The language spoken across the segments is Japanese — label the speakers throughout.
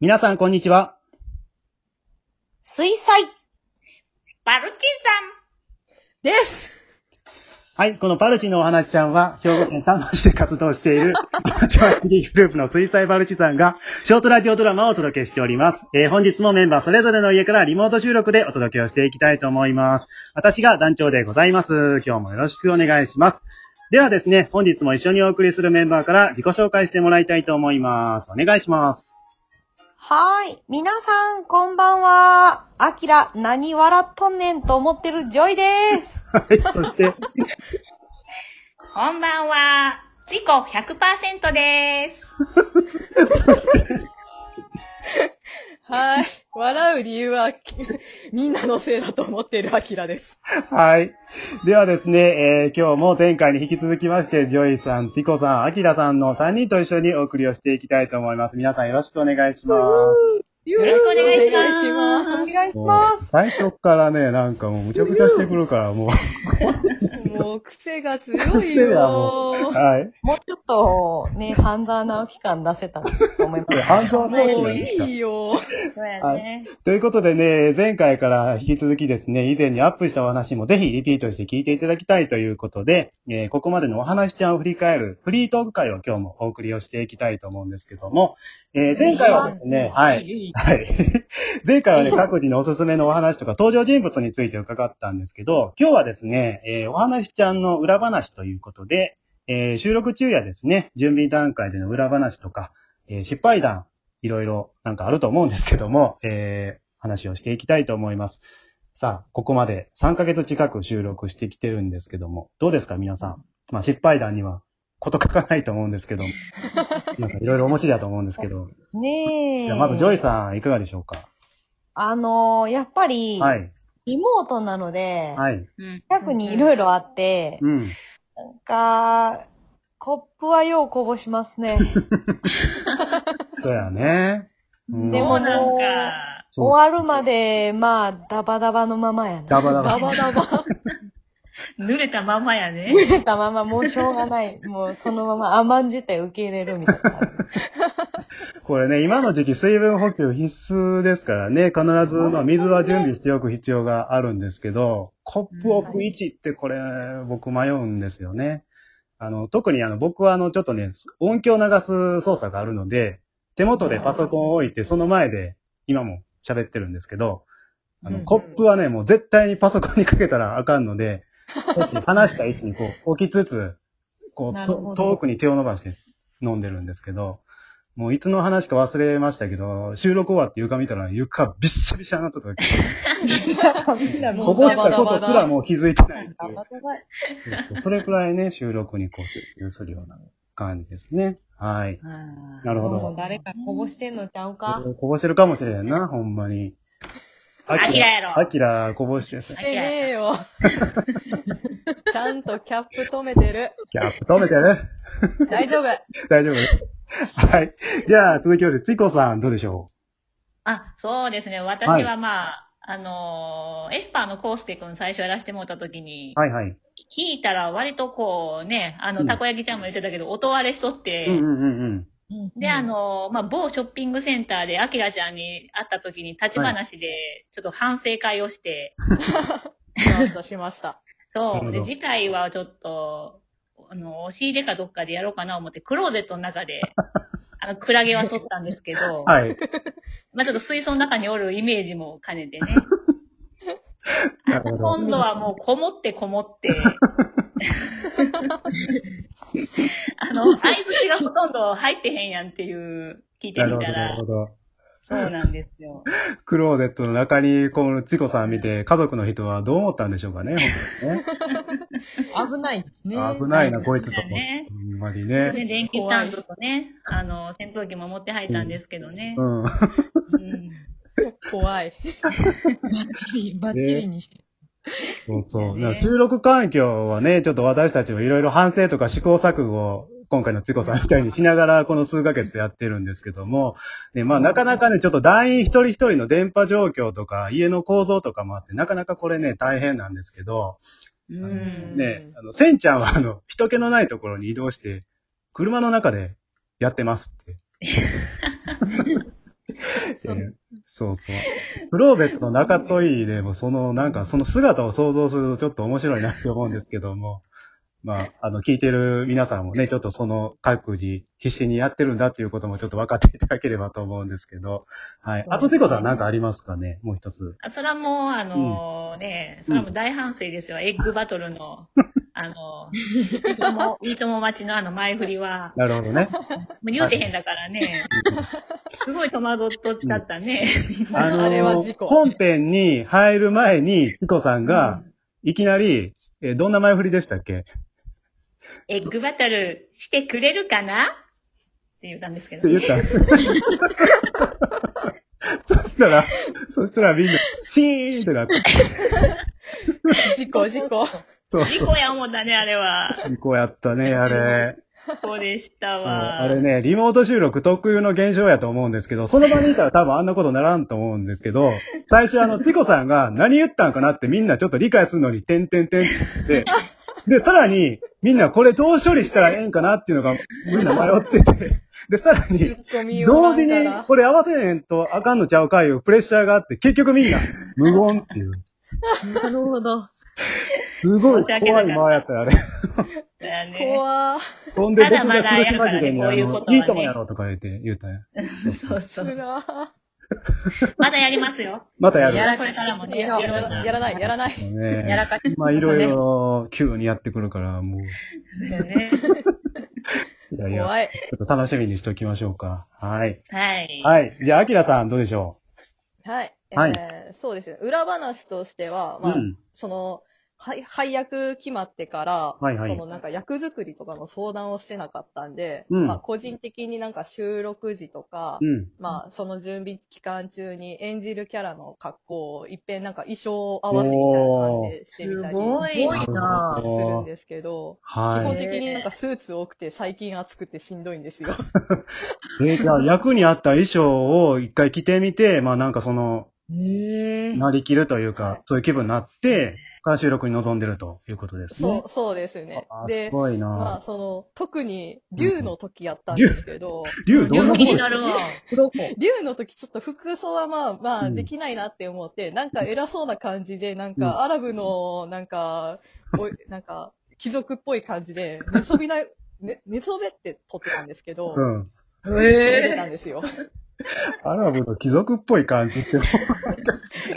Speaker 1: 皆さん、こんにちは。
Speaker 2: 水彩、パルチザンです。
Speaker 1: はい、このパルチのお話ちゃんは、兵庫県丹波市で活動している、アマチュアスリーグループの水彩バルチさんが、ショートラジオドラマをお届けしております。えー本日もメンバーそれぞれの家からリモート収録でお届けをしていきたいと思います。私が団長でございます。今日もよろしくお願いします。ではですね、本日も一緒にお送りするメンバーから自己紹介してもらいたいと思います。お願いします。
Speaker 2: はーい。皆さん、こんばんは。アキラ、何笑っとんねんと思ってるジョイです。
Speaker 1: はい、そして、
Speaker 3: こんばんは。チコ100%です。
Speaker 2: はい。笑う理由は、みんなのせいだと思ってるアキラです。
Speaker 1: はい。ではですね、えー今日も前回に引き続きまして、ジョイさん、ティコさん、アキラさんの3人と一緒にお送りをしていきたいと思います。皆さんよろしくお願いします。
Speaker 2: よ
Speaker 3: ろしくお願いします
Speaker 2: お願いしま
Speaker 1: 最初からね、なんかもうむちゃくちゃしてくるから、もう。
Speaker 2: す。もう癖が強い
Speaker 1: 癖がも
Speaker 2: よ。
Speaker 1: はい。
Speaker 2: もうちょっと、ね、半沢直樹感出せ たらと思いま
Speaker 1: これ、半蔵直樹
Speaker 2: も
Speaker 1: な
Speaker 2: うん
Speaker 1: ですか
Speaker 2: いいよ。
Speaker 3: そうやね。
Speaker 1: ということでね、前回から引き続きですね、以前にアップしたお話もぜひリピートして聞いていただきたいということで、えーここまでのお話ちゃんを振り返るフリートーク会を今日もお送りをしていきたいと思うんですけども、えー前回はですね、はい。
Speaker 2: いい。
Speaker 1: はい。 前回はね、各自のおすすめのお話とか登場人物について伺ったんですけど、今日はですね、えーお話ちゃんの裏話ということで、えー収録中やですね、準備段階での裏話とか、えー失敗談、いろいろなんかあると思うんですけども、えー話をしていきたいと思います。さあ、ここまで3ヶ月近く収録してきてるんですけども、どうですか皆さん。まあ、失敗談にはこと書かないと思うんですけども、皆さんいろいろお持ちだと思うんですけど、
Speaker 2: ねえ。
Speaker 1: じゃあまずジョイさんいかがでしょうか
Speaker 2: あのーやっぱり、
Speaker 1: はい。
Speaker 2: リモートなので、
Speaker 1: はい。
Speaker 3: うん。
Speaker 2: 近くにいろいろあって、
Speaker 1: うん。
Speaker 2: なんか、コップはようこぼしますね。
Speaker 1: そうやね。うん
Speaker 2: でも
Speaker 3: そう
Speaker 2: ね
Speaker 3: なんか。
Speaker 1: そう
Speaker 2: 終わるまで、まあ、ダバダバのままやな。
Speaker 1: ダバダバ
Speaker 2: ダバダバ。
Speaker 3: 濡れたままやね。
Speaker 2: 出たまま、もうしょうがない。もうそのまま甘んじて受け入れるみたいな。
Speaker 1: これね、今の時期水分補給必須ですからね、必ず、まあ、水は準備しておく必要があるんですけど、コップを置く位置ってこれ、僕迷うんですよね。あの、特にあの、僕はあの、ちょっとね、音響流す操作があるので、手元でパソコンを置いて、その前で、今も喋ってるんですけど、あ
Speaker 3: うんう
Speaker 1: の、
Speaker 3: ん
Speaker 1: コップはね、もう絶対にパソコンにかけたらあかんので、少し離した位置にこう、置きつつ、こ
Speaker 2: な
Speaker 1: う、
Speaker 2: るほ
Speaker 1: と
Speaker 2: ど
Speaker 1: 遠くに手を伸ばして飲んでるんですけど、もういつの話か忘れましたけど、収録終わって床見たら床びっしゃびしゃになった時、
Speaker 2: も
Speaker 1: こ
Speaker 2: う
Speaker 1: ぼ
Speaker 2: ダ
Speaker 1: し
Speaker 2: バ
Speaker 1: た
Speaker 2: ダ
Speaker 1: こ
Speaker 2: バ
Speaker 1: とす
Speaker 2: だ
Speaker 1: ら。もう気づいてないって
Speaker 2: ダ
Speaker 1: いう
Speaker 2: バダバ
Speaker 1: そうそうそれくらいね、収録にこう、集中するような感じですね。はい。なるほ
Speaker 2: もう
Speaker 1: ど。
Speaker 2: 誰かこぼしてんのちゃうか
Speaker 1: こぼしてるかもしれんな、ほんまに。
Speaker 3: アキラやろ
Speaker 1: アキラこぼして、
Speaker 2: してねえよ。 ちゃんとキャップ止めてる。
Speaker 1: キャップ止めてね。
Speaker 2: 大丈夫。
Speaker 1: 大丈夫です。はい。じゃあ、続きまして、ついこさん、どうでしょ
Speaker 3: あ、そうですね。私はまあ、あのーエスパーのコウスケくん最初やらせてもらった時に、
Speaker 1: うはいはい。
Speaker 3: 聞いたら割とこうね、あ
Speaker 1: う
Speaker 3: の、
Speaker 1: ん
Speaker 3: たこ焼きちゃんも言ってたけど、音割れしとって、
Speaker 1: うんうんうん うん。
Speaker 3: で、あ、のーまあ、某ショッピングセンターで、アキラちゃんに会った時に立ち話で、ちょっと反省会をして、
Speaker 2: スタしました。
Speaker 1: なる
Speaker 3: そ
Speaker 1: ほど
Speaker 3: う。で、次回はちょっと、あの、押し入れかどっかでやろうかな思って、クローゼットの 中で、あの、クラゲは撮ったんですけど、
Speaker 1: はい。
Speaker 3: まあちょっと水槽の中におるイメージも兼ねてね。
Speaker 1: なるほど。
Speaker 3: 今度はもうこも ってこもって、あの、相槌がほとんど入ってへんやんっていう、聞いて
Speaker 1: な
Speaker 3: み
Speaker 1: るほど、
Speaker 3: た
Speaker 1: なる
Speaker 3: ら
Speaker 1: ほ、ど。
Speaker 3: そうなんですよ。
Speaker 1: クローゼットの中に、このついこさん見て、家族の人はどう思ったんでしょうかね、ほん とに
Speaker 2: 危ないね。
Speaker 1: ね。危ないな、こいつと。
Speaker 3: そうだね
Speaker 1: ほんまに
Speaker 3: で、
Speaker 1: ね。
Speaker 3: 電気スタンドとね、あの、扇風機も持って入ったんですけどね
Speaker 1: う。ん。
Speaker 3: うん
Speaker 2: 怖い。バッチリ、バッチリに して。
Speaker 1: そうそう。
Speaker 3: ね
Speaker 1: 収録環境はね、ちょっと私たちもいろいろ反省とか試行錯誤を、今回のついこさんみたいにしながら、この数ヶ月やってるんですけども、ね、まあなかなかね、ちょっと団員一人一人の電波状況とか、家の構造とかもあって、なかなかこれね、大変なんですけど、
Speaker 3: う
Speaker 1: あの
Speaker 3: ん。
Speaker 1: ね、あの、せんちゃんはあの、 人気のないところに移動して、車の中でやってますって。そうそう。クローゼットの中といいでも、その、なんか、その姿を想像するとちょっと面白いなって思うんですけども、まあ、あの、聞いてる皆さんもね、ちょっとその各自必死にやってるんだっていうこともちょっと分かっていただければと思うんですけど、はい。あと、てこさんなんかありますかねもう一つ。
Speaker 3: あそれはもう、あのーね、それはもう大反省ですよ。エッグバトル の、あのー、いとも、いとも待ちのあの前振りは、
Speaker 1: なるほどね。
Speaker 3: もう言うてへんだからね、すごい戸惑っとっちゃったね。
Speaker 1: あのー
Speaker 2: あれは事故
Speaker 1: 本編に入る前に、てこさんが、いきなり、えーどんな前振りでしたっけ
Speaker 3: エッグバトルしてくれるかなって言ったんですけ
Speaker 1: っ
Speaker 3: ど
Speaker 1: て、言っ た。そしたら、そしたらみんな、シーンってなって、
Speaker 2: 事故、事故。
Speaker 1: そう。
Speaker 3: 事故や思ったね、あれは。
Speaker 1: 事故やったね、あれ。
Speaker 3: そうでした
Speaker 1: うん
Speaker 3: わ。
Speaker 1: あれね、リモート収録特有の現象やと思うんですけど、その場にいたら多分あんなことならんと思うんですけ ど、最初あの、チコさんが何言ったんかなってみんなちょっと理解するのに、てんてんてんって。で、さらに、みんなこれどう処理したらええんかなっていうのが、みんな迷ってて。で、さらに、
Speaker 2: ツッコミを
Speaker 1: 同時に
Speaker 2: なんたら、
Speaker 1: これ合わせへんとあかんのちゃうかいうプレッシャーがあって、結局みんな、無言っていう。
Speaker 3: なるほど。
Speaker 1: すごい怖い間やったよ、あれ。
Speaker 3: だ ね。
Speaker 2: 怖
Speaker 1: そんで、
Speaker 3: まだまだやからね
Speaker 1: に、
Speaker 3: こういうことはね
Speaker 1: いいともやろうとか言って言うたんや。
Speaker 3: そうそ
Speaker 2: つ
Speaker 3: う。
Speaker 2: ら
Speaker 3: まだやりますよ。
Speaker 1: またやる。
Speaker 3: やらこれからもね
Speaker 2: やらやら ない、やらない。
Speaker 1: ね
Speaker 4: やらかし
Speaker 1: まあ、いろいろ、急にやってくるから、もう、
Speaker 3: だよね。
Speaker 1: いやいや、
Speaker 2: 怖い。
Speaker 1: ちょっと楽しみにしておきましょうか。はい。
Speaker 3: はい。
Speaker 1: はい。じゃあ、アキラさん、どうでしょ
Speaker 2: はい。
Speaker 1: はい
Speaker 2: えーそうですね。裏話としては、
Speaker 1: う、
Speaker 2: まあ、
Speaker 1: うん。
Speaker 2: その、はい、配役決まってから、
Speaker 1: はいはい
Speaker 2: そのなんか役作りとかの相談をしてなかったんで、
Speaker 1: うん
Speaker 2: まあ個人的になんか収録時とか、
Speaker 1: うん。
Speaker 2: まあその準備期間中に演じるキャラの格好をいっぺんなんか衣装合わせみたいな感じでしてみたり
Speaker 3: おーす
Speaker 4: すごい
Speaker 1: な
Speaker 4: な
Speaker 1: ぁ
Speaker 4: ぁ。
Speaker 2: するんですけど、基
Speaker 1: は
Speaker 2: 本的になんかスーツ多くて最近暑くてしんどいんですよ。
Speaker 1: い。え、じゃあ、役に合った衣装を一回着てみて、まあ、なんかその、
Speaker 4: ええ
Speaker 1: なりきるという
Speaker 2: は
Speaker 1: か
Speaker 2: い、
Speaker 1: そういう気分になって、から収録に臨んでるということですね。
Speaker 2: そう、そうですね
Speaker 1: あ。ーす
Speaker 2: で、
Speaker 1: ごい
Speaker 2: まあ
Speaker 1: な
Speaker 2: その、特に竜の時やったんですけど、
Speaker 1: 竜、ど
Speaker 3: よ
Speaker 1: んな
Speaker 3: く
Speaker 1: 声
Speaker 3: 気になるわ。
Speaker 4: 黒子。
Speaker 2: 竜の時ちょっと服装はまあま
Speaker 1: う
Speaker 2: あ
Speaker 1: ん
Speaker 2: できないなって思って、なんか偉そうな感じで、なん
Speaker 1: うん
Speaker 2: かアラブのなんか、おいなんか貴族っぽい感じで、寝そびない、ね、寝そべって撮ってたんですけど、
Speaker 1: うん。
Speaker 2: 寝そべってた
Speaker 4: え
Speaker 2: んですよ。
Speaker 1: アラブの貴族っぽい感じ って、こ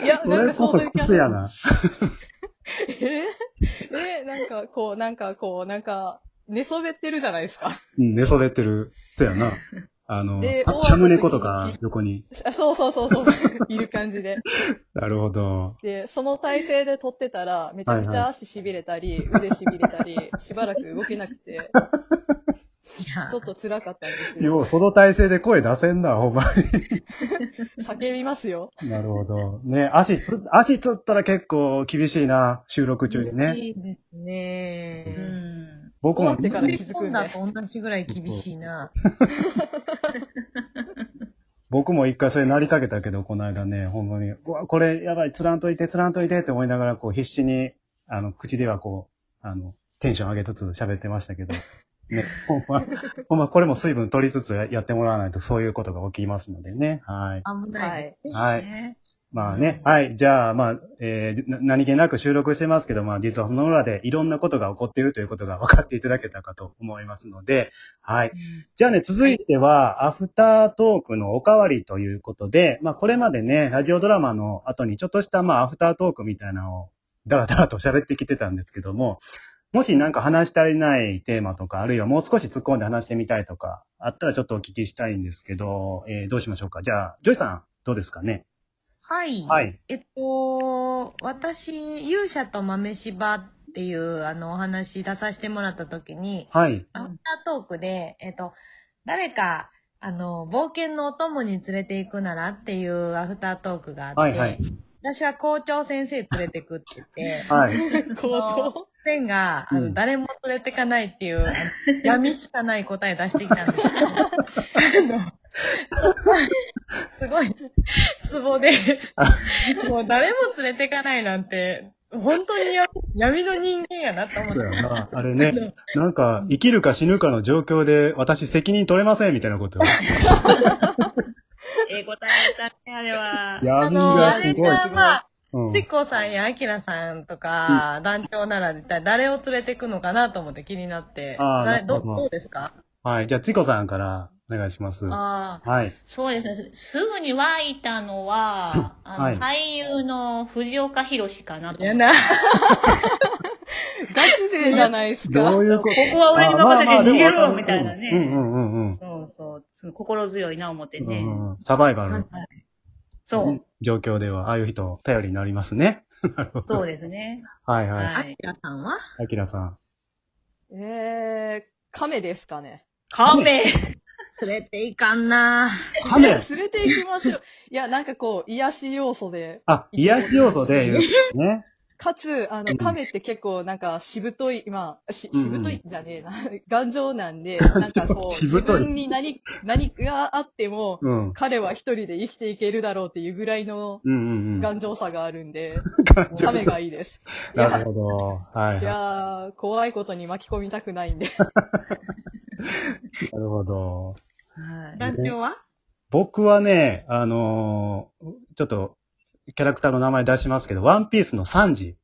Speaker 2: いや、なん
Speaker 1: れ
Speaker 2: か
Speaker 1: こ
Speaker 2: そう
Speaker 1: そ
Speaker 2: いうキ
Speaker 1: ク
Speaker 2: ャ
Speaker 1: スや
Speaker 2: ラ。
Speaker 1: な。
Speaker 2: えーえーなんかこう、なんかこう、なんか、寝そべってるじゃないですか。
Speaker 1: うん、寝そべってる。そやな。あの、
Speaker 2: で
Speaker 1: あシャム猫とか横に。
Speaker 2: あそうそうそうそう、 いる感じで。
Speaker 1: なるほど。
Speaker 2: で、その体勢で撮ってたら、めちゃくちゃ足痺れたり、腕痺れ たり、しばらく動けなくて、ちょっと辛かったんですよ。
Speaker 1: よう、その体勢で声出せん な、ほんま
Speaker 2: 叫びますよ。
Speaker 1: に。なるほど。ね、足つ、足つったら結構厳しいな、収録中にね。
Speaker 4: いいです
Speaker 3: う
Speaker 4: ね。
Speaker 3: ん。
Speaker 1: 僕も
Speaker 2: 終わってから気づくんで
Speaker 4: んだと同じぐらい厳しいな。
Speaker 1: 僕も一回それなりかけたけど、この間ね、ほんまに、うわ、これやばい、つらんといて、つらんといてって思いながら、こう必死に、あの、口ではこう、あの、テンション上げつつ喋ってましたけど、ね、ほんま、ほんまこれも水分取りつつややってもらわないとそういうことが起きますのでね、はい。
Speaker 4: 危
Speaker 2: は
Speaker 4: ないい。。
Speaker 1: はい。
Speaker 3: ね
Speaker 1: まあね、はい。じゃあ、まあ、えーな何気なく収録してますけど、まあ実はその裏でいろんなことが起こっているということが分かっていただけたかと思いますので、はい。じゃあね、続いては、アフタートークのおかわりということで、まあ、これまでね、ラジオドラマの後にちょっとした、まあ、アフタートークみたいなのを、だらだらと喋ってきてたんですけども、もしなんか話し足りないテーマとか、あるいはもう少し突っ込んで話してみたいとか、あったらちょっとお聞きしたいんですけど、えーどうしましょうか。じゃあ、ジョイさん、どうですかね。
Speaker 4: はい。
Speaker 1: はい。
Speaker 4: えっと、私、勇者と豆柴っていう、あの、お話出させてもらった時に、
Speaker 1: はい。
Speaker 4: アフタートークで、えっと、誰か、あの、冒険のお供に連れて行くならっていうアフタートークがあって、
Speaker 1: はいはい
Speaker 4: 私は校長先生連れてくって言って、
Speaker 1: はい。
Speaker 2: 行
Speaker 4: 先生が、あ
Speaker 1: うん
Speaker 4: の、誰も連れてかないっていう、あの闇しかない答え出してきたんです けど、あの、すごい、ツボで、もう誰も連れてかないなんて、本当にや闇の人間やなと思っ
Speaker 1: そう
Speaker 4: て。
Speaker 1: やな。あれね、なんか、生きるか死ぬかの状況で、私責任取れませんみたいなことを。
Speaker 3: ええ答えだったね、あれは。
Speaker 1: 闇
Speaker 4: あ
Speaker 1: がす
Speaker 4: れ
Speaker 1: ごい。
Speaker 4: が、まあ、
Speaker 1: うん
Speaker 4: せっこさんやあきらさんとか、団長なら一体誰を連れてくのかなと思って気になって。
Speaker 1: あー
Speaker 4: だ
Speaker 1: なる
Speaker 4: ど
Speaker 1: ほど
Speaker 4: どうですか
Speaker 1: はい。じゃあ、ついこさんからお願いします。は
Speaker 3: ああ、
Speaker 1: い。
Speaker 3: そうですね。すぐに湧いたのは、あ の
Speaker 1: はい
Speaker 3: 俳優の藤岡弘かなと
Speaker 4: い
Speaker 3: 思
Speaker 4: や
Speaker 3: って。
Speaker 4: な、
Speaker 2: ガチ勢じゃないですか。
Speaker 1: どういうこと
Speaker 3: ここは俺に任せて逃げ
Speaker 1: あまあまあで
Speaker 3: ろ
Speaker 1: も
Speaker 3: みたいなね。
Speaker 1: うんうんうんうん。
Speaker 3: そうそう。その心強いな思って
Speaker 1: うん
Speaker 3: ね。
Speaker 1: うんうんサバイバルの
Speaker 3: そう、
Speaker 1: 状況では、ああいう人、頼りになりますね。
Speaker 3: そうで すね。
Speaker 1: はいはい。
Speaker 4: あきらさんは
Speaker 1: あきらさん。
Speaker 2: えー、亀ですかね。
Speaker 3: 亀
Speaker 4: 連れていかんな
Speaker 1: カメ
Speaker 2: 連れて行きましょう。いや、なんかこう、癒し要素で。
Speaker 1: あ、癒し要素で言うんですね。
Speaker 2: かつ、あ
Speaker 1: う
Speaker 2: の、
Speaker 1: ん
Speaker 2: 亀って結構なんかしぶとい、まあ、し、
Speaker 1: うんうん
Speaker 2: しぶといじゃねえな。 頑丈な んで、
Speaker 1: 丈
Speaker 2: なんかこう、
Speaker 1: し
Speaker 2: 自
Speaker 1: ぶとい
Speaker 2: 分に何、何があっても、
Speaker 1: うん。
Speaker 2: 彼は一人で生きていけるだろうっていうぐらいの
Speaker 1: うんうんうん。
Speaker 2: 頑丈さがあるん で、
Speaker 1: 丈
Speaker 2: 亀がいいです。い
Speaker 1: なる
Speaker 2: や、
Speaker 1: ほど。はいはいい。な
Speaker 2: やー、怖いことに巻き込みたくないんで。
Speaker 1: るほど。
Speaker 3: はい
Speaker 4: 団長は
Speaker 1: 僕はね、あのーちょっと、キャラクターの名前出しますけど、ワンピースのサンジ。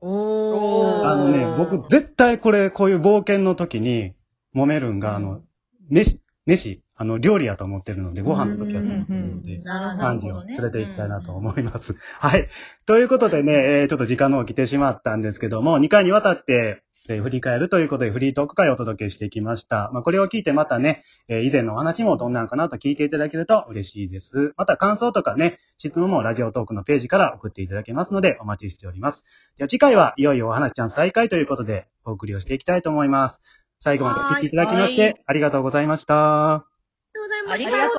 Speaker 4: おー。
Speaker 1: あのね、僕絶対これ、こういう冒険の時に揉めるんが、あの、飯、飯、あの、料理やと思ってるので、ご飯の時やと思ってるんで、
Speaker 3: な
Speaker 1: 感
Speaker 3: る
Speaker 1: じ
Speaker 3: ほ
Speaker 1: を
Speaker 3: どね
Speaker 1: 連れていきたいなと思います。 はい。ということでね、えーちょっと時間の方来てしまったんですけども、2回にわたって、えー振り返るということで、フリートーク会をお届けしてきました。まあ、これを聞いてまたね、えー以前のお話もどんなんかなと聞いていただけると嬉しいです。また感想とかね、質問もラジオトークのページから送っていただけますので、お待ちしております。じゃあ次回はいよいよお話ちゃん再開ということで、お送りをしていきたいと思います。最後までお聞きいただきまし
Speaker 3: はー
Speaker 1: て、ありがとうございました。
Speaker 4: ありがとうございま
Speaker 3: あ
Speaker 4: し
Speaker 3: り
Speaker 4: た
Speaker 3: がとう